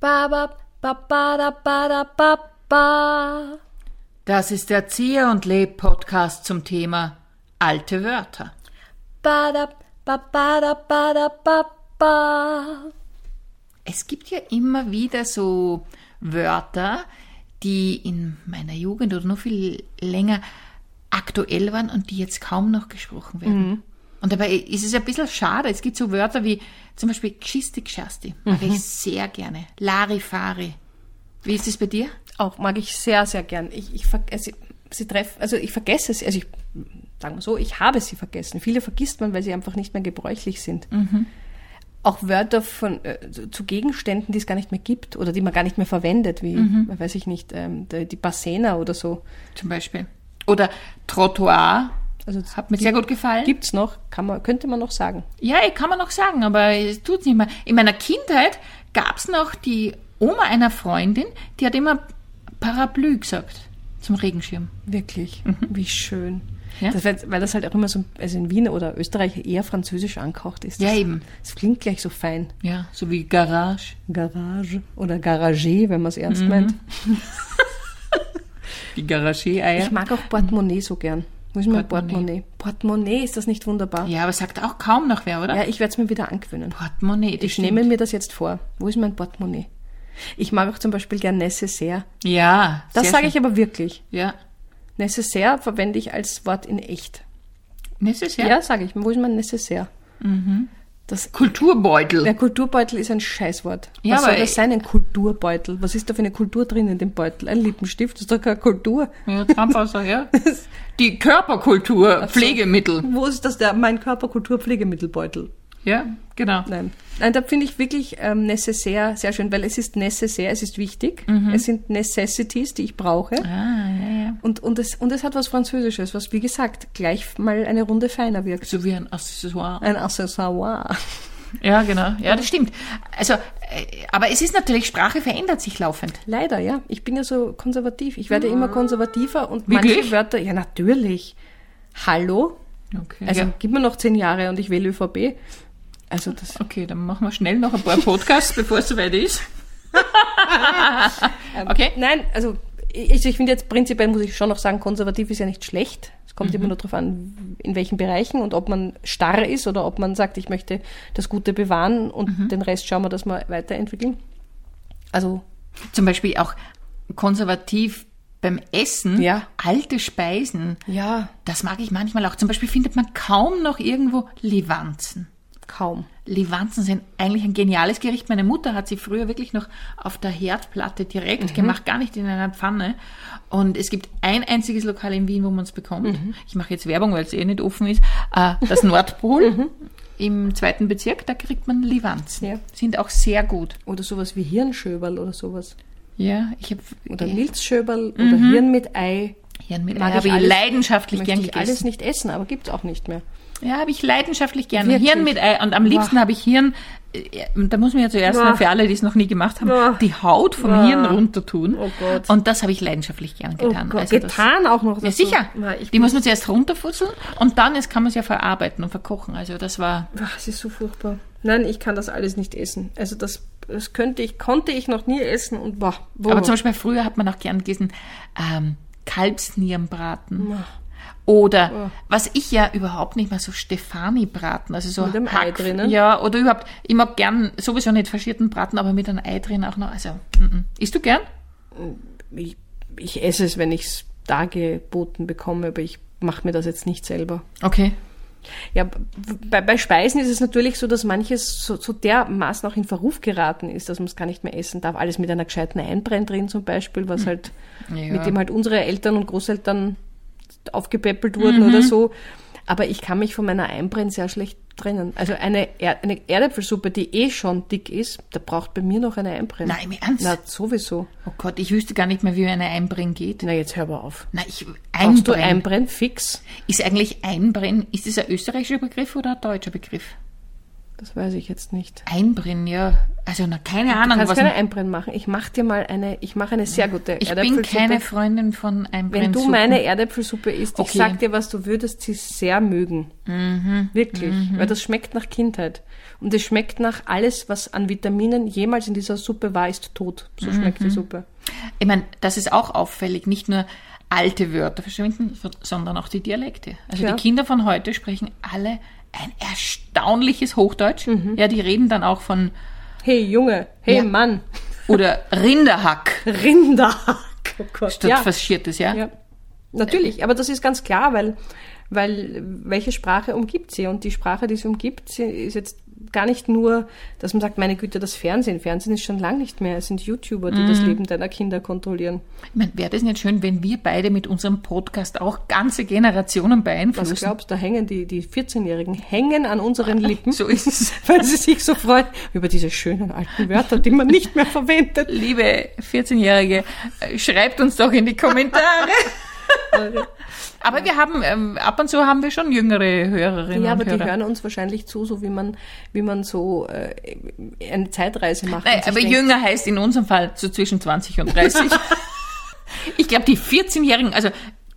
Ba, ba, ba, ba, da, ba, da, ba, ba. Das ist der Zieher und Leb Podcast zum Thema alte Wörter. Ba, da, ba, ba, da, ba, da, ba, ba. Es gibt ja immer wieder so Wörter, die in meiner Jugend oder noch viel länger aktuell waren und die jetzt kaum noch gesprochen werden. Und dabei ist es ein bisschen schade. Es gibt so Wörter wie zum Beispiel Gschisti Gschasti. Mag ich sehr gerne. Larifari. Wie ist es bei dir? Auch mag ich sehr, sehr gern. Ich, ich ver- also, sie treffen, also ich vergesse sie, also ich, sagen wir so, ich habe sie vergessen. Viele vergisst man, weil sie einfach nicht mehr gebräuchlich sind. Mhm. Auch Wörter von, äh, zu- zu Gegenständen, die es gar nicht mehr gibt oder die man gar nicht mehr verwendet, wie, Mhm. weiß ich nicht, ähm, die, die Bassena oder so. Zum Beispiel. Oder Trottoir. Also Hat mir sehr gut gefallen. Gibt's noch, kann man, könnte man noch sagen. Ja, eh, kann man noch sagen, aber es tut's nicht mehr. In meiner Kindheit gab's noch die Oma einer Freundin, die hat immer Parapluie gesagt zum Regenschirm. Wirklich, Mhm. wie schön. Ja. Das, weil, weil das halt auch immer so, also in Wien oder Österreich eher französisch angehaucht ist. Ja, Das- eben. Das klingt gleich so fein. Ja, so wie Garage. Garage oder Garage, wenn man es ernst meint. Mhm. Die Garage-Eier. Ich mag auch Portemonnaie so gern. Wo ist mein Portemonnaie? Portemonnaie? Portemonnaie, ist das nicht wunderbar? Ja, Ja, aber sagt auch kaum noch wer, oder? ich werde es mir wieder angewöhnen. Portemonnaie. das Ich stimmt. nehme mir das jetzt vor. Wo ist mein Portemonnaie? Ich mag auch zum Beispiel gern Necessaire. Ja. Das sehr sage schön. ich aber wirklich. Ja. Necessaire verwende ich als Wort in echt. Ja, Necessaire. Ja. sage ich. Wo ist mein Necessaire? Das, Kulturbeutel. der Kulturbeutel ist ein Scheißwort. Was Ja, soll aber- das sein, ein Kulturbeutel? Was ist da für eine Kultur drin in dem Beutel? Ein Lippenstift, das ist doch keine Kultur. Ja, Trampauser, ja. Die Körperkultur, Pflegemittel. Wo ist das der Mein Körper Kulturpflegemittelbeutel? Ja, genau. Nein. Nein, da finde ich wirklich ähm, necessaire sehr schön, weil es ist necessaire, es ist wichtig. Es sind Necessities, die ich brauche. Ah, Mhm. ja, ja. Und, und, es, und es hat was Französisches, was wie gesagt gleich mal eine Runde feiner wirkt. So wie ein Accessoire. Ein Accessoire. Ja, genau. Ja, das stimmt. Also, äh, aber es ist natürlich, Sprache verändert sich laufend. Leider, ja. Ich bin ja so konservativ. Ich werde immer konservativer und Ah. Wirklich? manche Wörter, ja natürlich. Hallo? Okay. Also ja. gib mir noch zehn Jahre und ich wähle ÖVP. Also das okay, dann machen wir schnell noch ein paar Podcasts, bevor es soweit ist. okay. Nein, also ich, ich finde jetzt prinzipiell muss ich schon noch sagen, konservativ ist ja nicht schlecht. Es kommt Mhm. immer nur darauf an, in welchen Bereichen und ob man starr ist oder ob man sagt, ich möchte das Gute bewahren und Mhm. den Rest schauen wir, dass wir weiterentwickeln. Also Zum Beispiel auch konservativ beim Essen, Ja. alte Speisen. ja, Das mag ich manchmal auch. Zum Beispiel findet man kaum noch irgendwo Levanzen. kaum. Levanzen sind eigentlich ein geniales Gericht. Meine Mutter hat sie früher wirklich noch auf der Herdplatte Mhm. direkt gemacht, gar nicht in einer Pfanne. Und es gibt ein einziges Lokal in Wien, wo man es bekommt. Mhm. Ich mache jetzt Werbung, weil es eh nicht offen ist. Äh, Das Nordpol im zweiten Bezirk, da kriegt man Levanzen. Mhm. Ja. Sind auch sehr gut. Oder sowas wie Hirnschöberl oder sowas. Ja, ich habe Oder Milzschöberl oder Hirn mit Ei. Hirn mit Mag Ei ich habe ich alles- leidenschaftlich Möchte gern ich alles gegessen. nicht essen, aber gibt's auch nicht mehr. Ja, habe ich leidenschaftlich gerne. Wirklich? Hirn mit Ei. Und am liebsten habe ich Hirn, äh, da muss man ja zuerst mal für alle, die es noch nie gemacht haben, die Haut vom Hirn runter tun. Oh Gott. Und das habe ich leidenschaftlich gerne getan. Also das- Oh Äh, Getan auch noch. Ja, dazu. sicher. Na, ich die muss man zuerst runterfutzeln und dann jetzt kann man es ja verarbeiten und verkochen. Also das war, Ach, es ist so furchtbar. Nein, ich kann das alles nicht essen. Also das, das könnte ich, konnte ich noch nie essen und boah. boah. aber zum Beispiel früher hat man auch gern gegessen ähm, Kalbsnierenbraten. Oder Oh. was ich ja überhaupt nicht mehr so Stefani-Braten, also so Mit einem Ei drinnen? Ja, oder überhaupt, ich mag gern sowieso nicht faschierten Braten, aber mit einem Ei drin auch noch. Also, mhm. isst du gern? ich, ich esse es, wenn ich es dargeboten bekomme, aber ich mache mir das jetzt nicht selber. Okay. Ja, b- bei, bei Speisen ist es natürlich so, dass manches so, so dermaßen auch in Verruf geraten ist, dass man es gar nicht mehr essen darf. Alles mit einer gescheiten Einbrenn drin zum Beispiel, Hm. was halt, Ja. mit dem halt unsere Eltern und Großeltern aufgepäppelt wurden Mhm. oder so. Aber ich kann mich von meiner Einbrenn sehr schlecht trennen. Also eine, er eine Erdäpfelsuppe, die eh schon dick ist, da braucht bei mir noch eine Einbrenn. Nein, im Ernst? Na, sowieso. Oh Gott, ich wüsste gar nicht mehr, wie mir eine Einbrenn geht. Na, jetzt hör mal auf. Na, ich, Brauchst du Einbrenn. Einbrenn fix? Ist eigentlich Einbrenn, ist das ein österreichischer Begriff oder ein deutscher Begriff? Das weiß ich jetzt nicht. Einbrennen, ja. Also, na, keine Du Ahnung, kannst was. keine Einbrennen machen. Ich mache dir mal eine, ich mache eine sehr gute ich bin Erdäpfelsuppe. keine Freundin von Einbrennen. Wenn du meine Erdäpfelsuppe isst, ich Okay. Mhm. sag dir was, du würdest sie sehr mögen. Wirklich. Weil das schmeckt nach Kindheit. Und es schmeckt nach alles, was an Vitaminen jemals in dieser Suppe war, ist tot. Mhm. So schmeckt die Suppe. Ich meine, das ist auch auffällig. Nicht nur alte Wörter verschwinden, sondern auch die Dialekte. Also Ja. die Kinder von heute sprechen alle ein erstaunliches Hochdeutsch. Mhm. Ja, die reden dann auch von Hey Junge, hey Ja. Mann, oder Rinderhack Rinderhack. Oh Gott. statt Ja, faschiertes, ja? ja. Natürlich, aber das ist ganz klar, weil, weil welche Sprache umgibt sie? Und die Sprache, die sie umgibt, sie ist jetzt gar nicht nur, dass man sagt, meine Güte, das Fernsehen. Fernsehen ist schon lange nicht mehr. Es sind YouTuber, die Mhm. das Leben deiner Kinder kontrollieren. Ich meine, wäre das nicht schön, wenn wir beide mit unserem Podcast auch ganze Generationen Was beeinflussen? glaubst du, da hängen die, die 14-Jährigen hängen an unseren Lippen, So ist es. weil sie sich so freuen über diese schönen alten Wörter, die man nicht mehr verwendet. Liebe 14-Jährige, äh, schreibt uns doch in die Kommentare. Aber wir haben, ähm, ab und zu haben wir schon jüngere Hörerinnen Ja, aber und die Hörer. hören uns wahrscheinlich zu, so wie man, wie man so äh, eine Zeitreise macht. und Nein, sich aber denkt, jünger heißt in unserem Fall so zwischen 20 und 30. ich glaube, die 14-Jährigen, also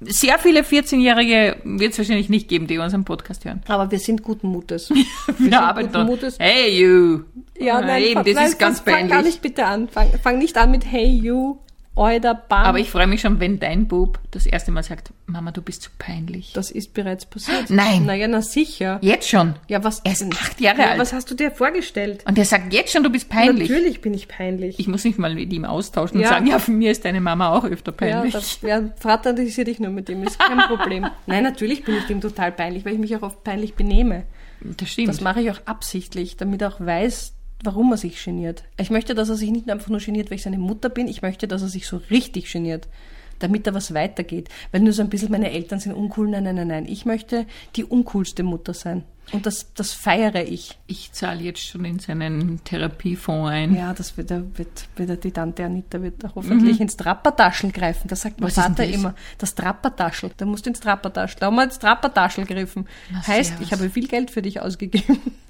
sehr viele 14-Jährige wird es wahrscheinlich nicht geben, die unseren Podcast hören. Aber wir sind guten Mutes. Wir sind arbeiten guten dran. Mutes. Hey you! Ja, nein, Eben, fang- das nein, ist ganz fang- Fang gar peinlich. nicht bitte an. Fang, fang nicht an mit Hey you, Euder, Bam. Aber ich freue mich schon, wenn dein Bub das erste Mal sagt, Mama, du bist so peinlich. das ist bereits passiert. Nein. Naja, na sicher. Jetzt schon. Ja, was Er ist acht Jahre alt. Hm. Was hast du dir vorgestellt? Und er sagt jetzt schon, du bist peinlich. Natürlich bin ich peinlich. Ich muss mich mal mit ihm austauschen und Ja. sagen, ja, von mir ist deine Mama auch öfter ja, peinlich. das, ja, fraternisier dich nur mit ihm, ist kein Problem. Nein, natürlich bin ich dem total peinlich, weil ich mich auch oft peinlich benehme. das stimmt. Das mache ich auch absichtlich, damit er auch weiß, warum er sich geniert. Ich möchte, dass er sich nicht einfach nur geniert, weil ich seine Mutter bin, ich möchte, dass er sich so richtig geniert, damit da was weitergeht. Weil nur so ein bisschen meine Eltern sind uncool, nein, nein, nein, nein. Ich möchte die uncoolste Mutter sein. Und das, das feiere ich. ich zahle jetzt schon in seinen Therapiefonds ein. Ja, das wird, er- wird, wird er- die Tante Anita wird auch hoffentlich ins Trappertaschel greifen. Das sagt mein Mhm. Was ist denn Vater das? immer. Das Trappertaschel. Da musst du ins Trappertaschel. Da haben wir ins Trappertaschel gegriffen. Na, heißt, servus. ich habe viel Geld für dich ausgegeben.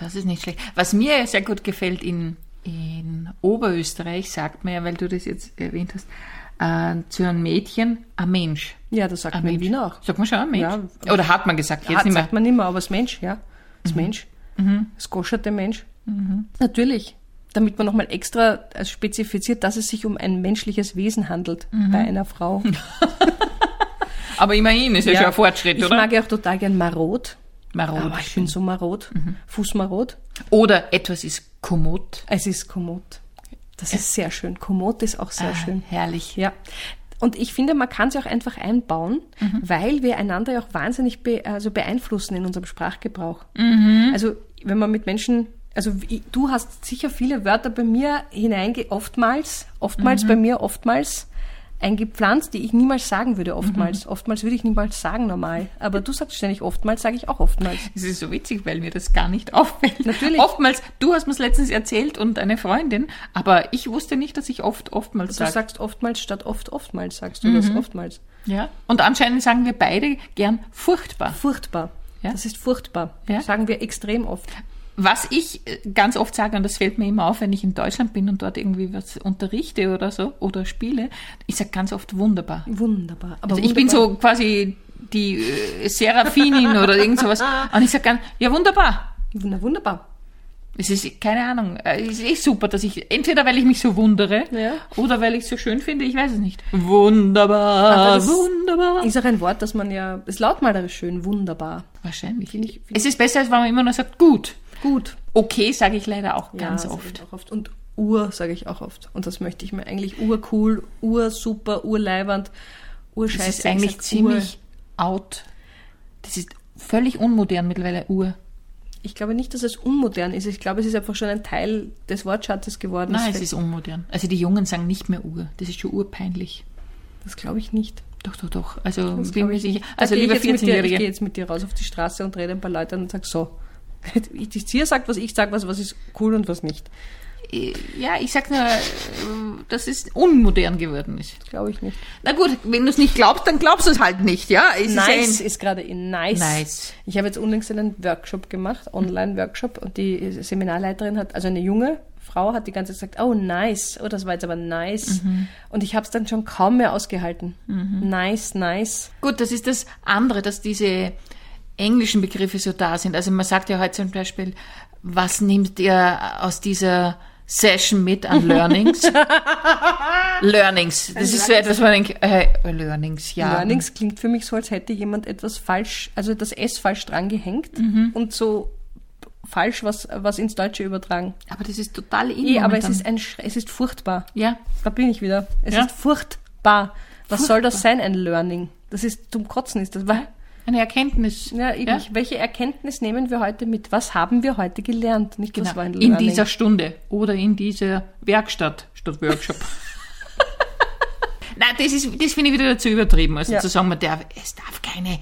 Das ist nicht schlecht. Was mir sehr gut gefällt in, in Oberösterreich, sagt man ja, weil du das jetzt erwähnt hast, äh, zu einem Mädchen, ein Mensch. Ja, das sagt Ein man in Ah, Mensch. Wien auch. Sagt man schon, ein Mensch? Ja. Oder hat man gesagt, jetzt Mhm. Jetzt nicht mehr. sagt man nicht mehr, aber das Mensch, ja. Das Mensch. Das goscherte Mensch. Mhm. Natürlich. Damit man nochmal extra äh, spezifiziert, dass es sich um ein menschliches Wesen handelt Mhm. bei einer Frau. Aber immerhin ist ja, schon ein Fortschritt, ich oder? mag ja auch total gern marot. Marot. Aber ich bin so marot. Mhm. Fußmarot. Oder etwas ist kommod. Es ist kommod. Das ist sehr schön. Kommod ist auch sehr Ah, schön. Äh, Herrlich. Ja. Und ich finde, man kann sie auch einfach einbauen, weil wir einander ja auch wahnsinnig be also beeinflussen in unserem Sprachgebrauch. Also wenn man mit Menschen, also ich- du hast sicher viele Wörter bei mir hineinge, oftmals, oftmals bei mir, oftmals eingepflanzt, die ich niemals sagen würde, oftmals. Oftmals würde ich niemals sagen normal. Aber du sagst ständig oftmals, sage ich auch oftmals. Es ist so witzig, weil mir das gar nicht auffällt. Natürlich. Oftmals, du hast mir es letztens erzählt und eine Freundin, aber ich wusste nicht, dass ich oft oftmals Du sage. sagst oftmals statt oft oftmals, sagst du das oftmals. Ja. Und anscheinend sagen wir beide gern furchtbar. Furchtbar. Ja. Das ist furchtbar. Ja. Sagen wir extrem oft. Was ich äh, ganz oft sage, und das fällt mir immer auf, wenn ich in Deutschland bin und dort irgendwie was unterrichte oder so oder spiele, ich sage ganz oft wunderbar. Wunderbar. Aber Also ich bin so quasi die äh, Serafinin oder irgend sowas. Und ich sage ganz, ja wunderbar. Na, wunderbar. Es ist, keine Ahnung, äh, es ist echt super, dass ich, entweder weil ich mich so wundere Ja. oder weil ich es so schön finde, ich weiß es nicht. Wunderbar, Aber das wunderbar. Ist auch ein Wort, das man ja. Ist lautmalerisch schön. Wunderbar. Wahrscheinlich. Finde ich- finde es ist besser, als wenn man immer nur sagt, gut. Gut. Okay, sage ich leider auch ganz ja, also sag oft. Ich auch oft. Und Ur sage ich auch oft. Und das möchte ich mir eigentlich urcool, ursuper, urleibernd, urscheiße. Das ist Ich eigentlich sag ziemlich Ur. out. Das ist völlig unmodern mittlerweile, Uhr. Ich glaube nicht, dass es unmodern ist. Ich glaube, es ist einfach schon ein Teil des Wortschatzes geworden. Nein, das, es fällt- ist unmodern. Also die Jungen sagen nicht mehr Uhr. Das ist schon urpeinlich. das glaube ich nicht. Doch, doch, doch. Also, Das bin glaub mir ich sicher. nicht. Da Also geh ich lieber jetzt mit dir- Ich gehe 14-Jährige. jetzt mit dir raus auf die Straße und rede ein paar Leute an und sag so. Ich, dir sagt was, ich sag was, was ist cool und was nicht. äh, ja, ich sag nur, äh, dass es unmodern geworden ist. Glaube ich nicht. Na gut, wenn du es nicht glaubst, dann glaubst du es halt nicht, ja? Es Nice Ist ist gerade in nice. Nice. Ich habe jetzt unlängst einen Workshop gemacht, Online-Workshop, und die Seminarleiterin hat, also eine junge Frau hat die ganze Zeit gesagt, oh nice, oh das war jetzt aber nice. Und ich habe es dann schon kaum mehr ausgehalten. Nice, nice. ein, gut, das ist das andere, dass diese englischen Begriffe so da sind. Also man sagt ja heute zum Beispiel, was nehmt ihr aus dieser Session mit an Learnings? Learnings. Das ist so etwas, wo man denkt, äh, Learnings, ja. Learnings klingt für mich so, als hätte jemand etwas falsch, also das S falsch drangehängt Mhm. und so falsch was, was ins Deutsche übertragen. Aber das ist total in Eh, aber es momentan. ist, ein, Sch- es ist furchtbar. ja. Da bin ich wieder. Es Ja. ist furchtbar. Was soll das sein, ein Learning? Das ist zum Kotzen, ist das. Weil, Eine Erkenntnis. ja, eben, Ja. ich- welche Erkenntnis nehmen wir heute mit? Was haben wir heute gelernt? Nicht das war ein Learning. Genau. in dieser Stunde oder in dieser Werkstatt statt Workshop. Nein, das, ist, das finde ich wieder dazu übertrieben. Also Ja. zu sagen, man darf, es darf keine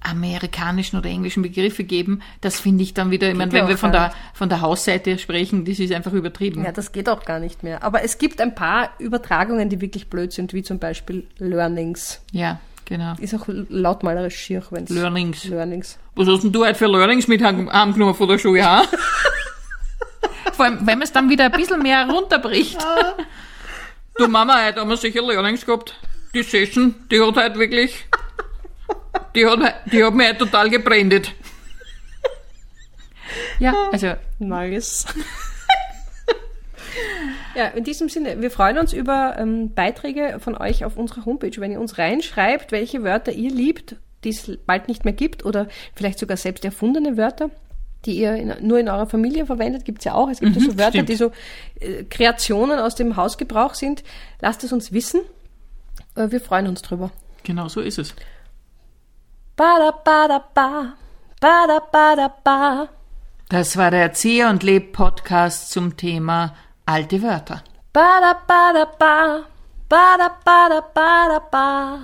amerikanischen oder englischen Begriffe geben, das finde ich dann wieder, ich meine, ja wenn auch wir von gar der, von der Hausseite sprechen, das ist einfach übertrieben. ja, das geht auch gar nicht mehr. Aber es gibt ein paar Übertragungen, die wirklich blöd sind, wie zum Beispiel Learnings. Ja, genau. Ist auch lautmalerisch schier, wenn es Learnings. Learnings. Was hast denn du heute für Learnings mit haben- angenommen von der Schule? ha? Vor allem, wenn man es dann wieder ein bisschen mehr runterbricht. du Mama, heute haben wir sicher Learnings gehabt. Die Session, die hat heute wirklich. Die hat, he- die hat mich heute total gebrandet. Ja, also Nice. ja, in diesem Sinne, wir freuen uns über ähm, Beiträge von euch auf unserer Homepage. Wenn ihr uns reinschreibt, welche Wörter ihr liebt, die es bald nicht mehr gibt oder vielleicht sogar selbst erfundene Wörter, die ihr in, nur in eurer Familie verwendet, gibt's ja auch. Es gibt ja so Wörter, stimmt. die so äh, Kreationen aus dem Hausgebrauch sind. Lasst es uns wissen. Äh, wir freuen uns drüber. genau so ist es. Ba-da-ba-da-ba. Ba-da-ba-da-ba. Das war der Erzieher und Leb Podcast zum Thema alte Wörter. Ba-da-ba-da-ba. Ba-da-ba-da-ba-da-ba.